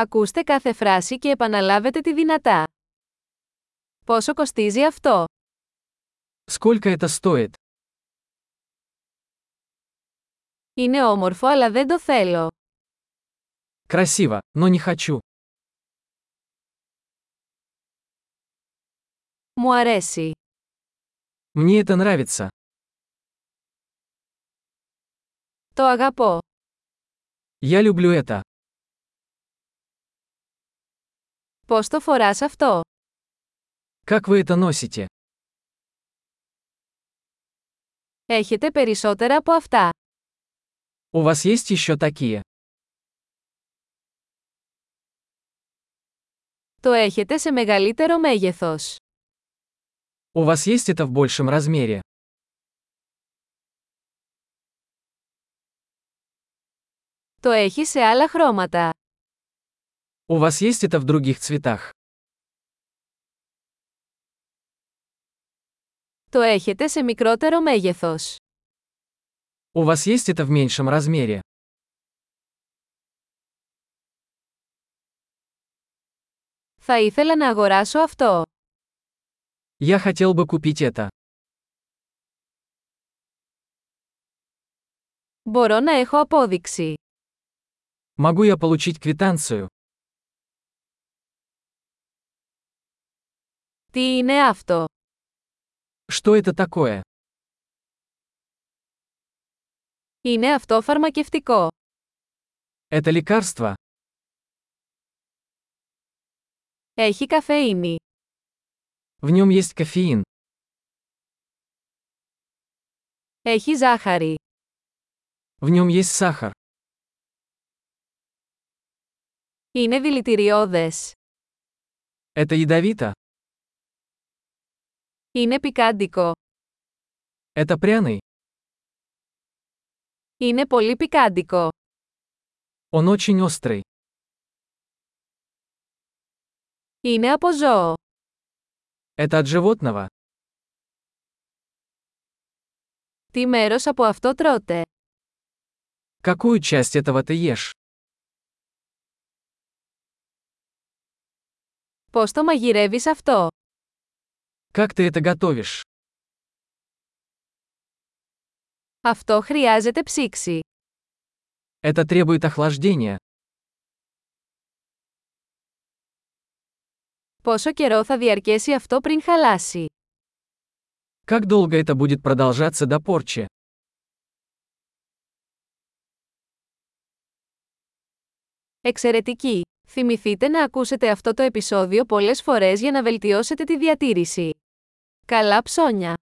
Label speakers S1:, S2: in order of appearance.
S1: Ακούστε κάθε φράση και επαναλάβετε τη δυνατά. Πόσο κοστίζει αυτό?
S2: Сколько это стоит?
S1: Είναι όμορφο αλλά δεν το θέλω.
S2: Красиво, но не хочу.
S1: Μου αρέσει.
S2: Мне это нравится.
S1: Το αγαπώ.
S2: Я люблю это.
S1: Πώς το φοράς αυτό?
S2: Как вы это носите?
S1: Έχετε περισσότερα από αυτά.
S2: У вас есть еще такие?
S1: Το έχετε σε μεγαλύτερο μέγεθος.
S2: У вас есть это в большем размере?
S1: Το έχει σε άλλα χρώματα.
S2: У вас есть это в других цветах?
S1: Το έχετε σε μικρότερο μέγεθος.
S2: У вас есть это в меньшем размере?
S1: Θα ήθελα να αγοράσω αυτό.
S2: Я хотел бы купить это.
S1: Μπορώ να έχω απόδειξη.
S2: Могу я получить квитанцию?
S1: Τι είναι αυτό?
S2: Что это такое?
S1: Είναι αυτό φαρμακευτικό.
S2: Это лекарство?
S1: Έχει καφέινη.
S2: В нем есть кофеин.
S1: Έχει ζάχαρη.
S2: В нем есть сахар.
S1: Είναι δηλητηριώδες.
S2: Это ядовито?
S1: Είναι πικάντικο.
S2: Это пряный?
S1: Είναι πολύ πικάντικο.
S2: Он очень острый.
S1: Είναι από ζώο.
S2: Это от животного?
S1: Τι μέρος από αυτό τρώτε?
S2: Какую часть этого ты ешь?
S1: Πώς το μαγειρεύεις αυτό?
S2: Как ты это готовишь?
S1: Αυτό χρειάζεται ψήξη.
S2: Это требует охлаждения.
S1: Πόσο καιρό θα διαρκέσει αυτό πριν χαλάσει?
S2: Как долго это будет продолжаться до порчи?
S1: Εξαιρετική! Θυμηθείτε να ακούσετε αυτό το επεισόδιο πολλές φορές για να βελτιώσετε τη διατήρηση. Καλά ψώνια!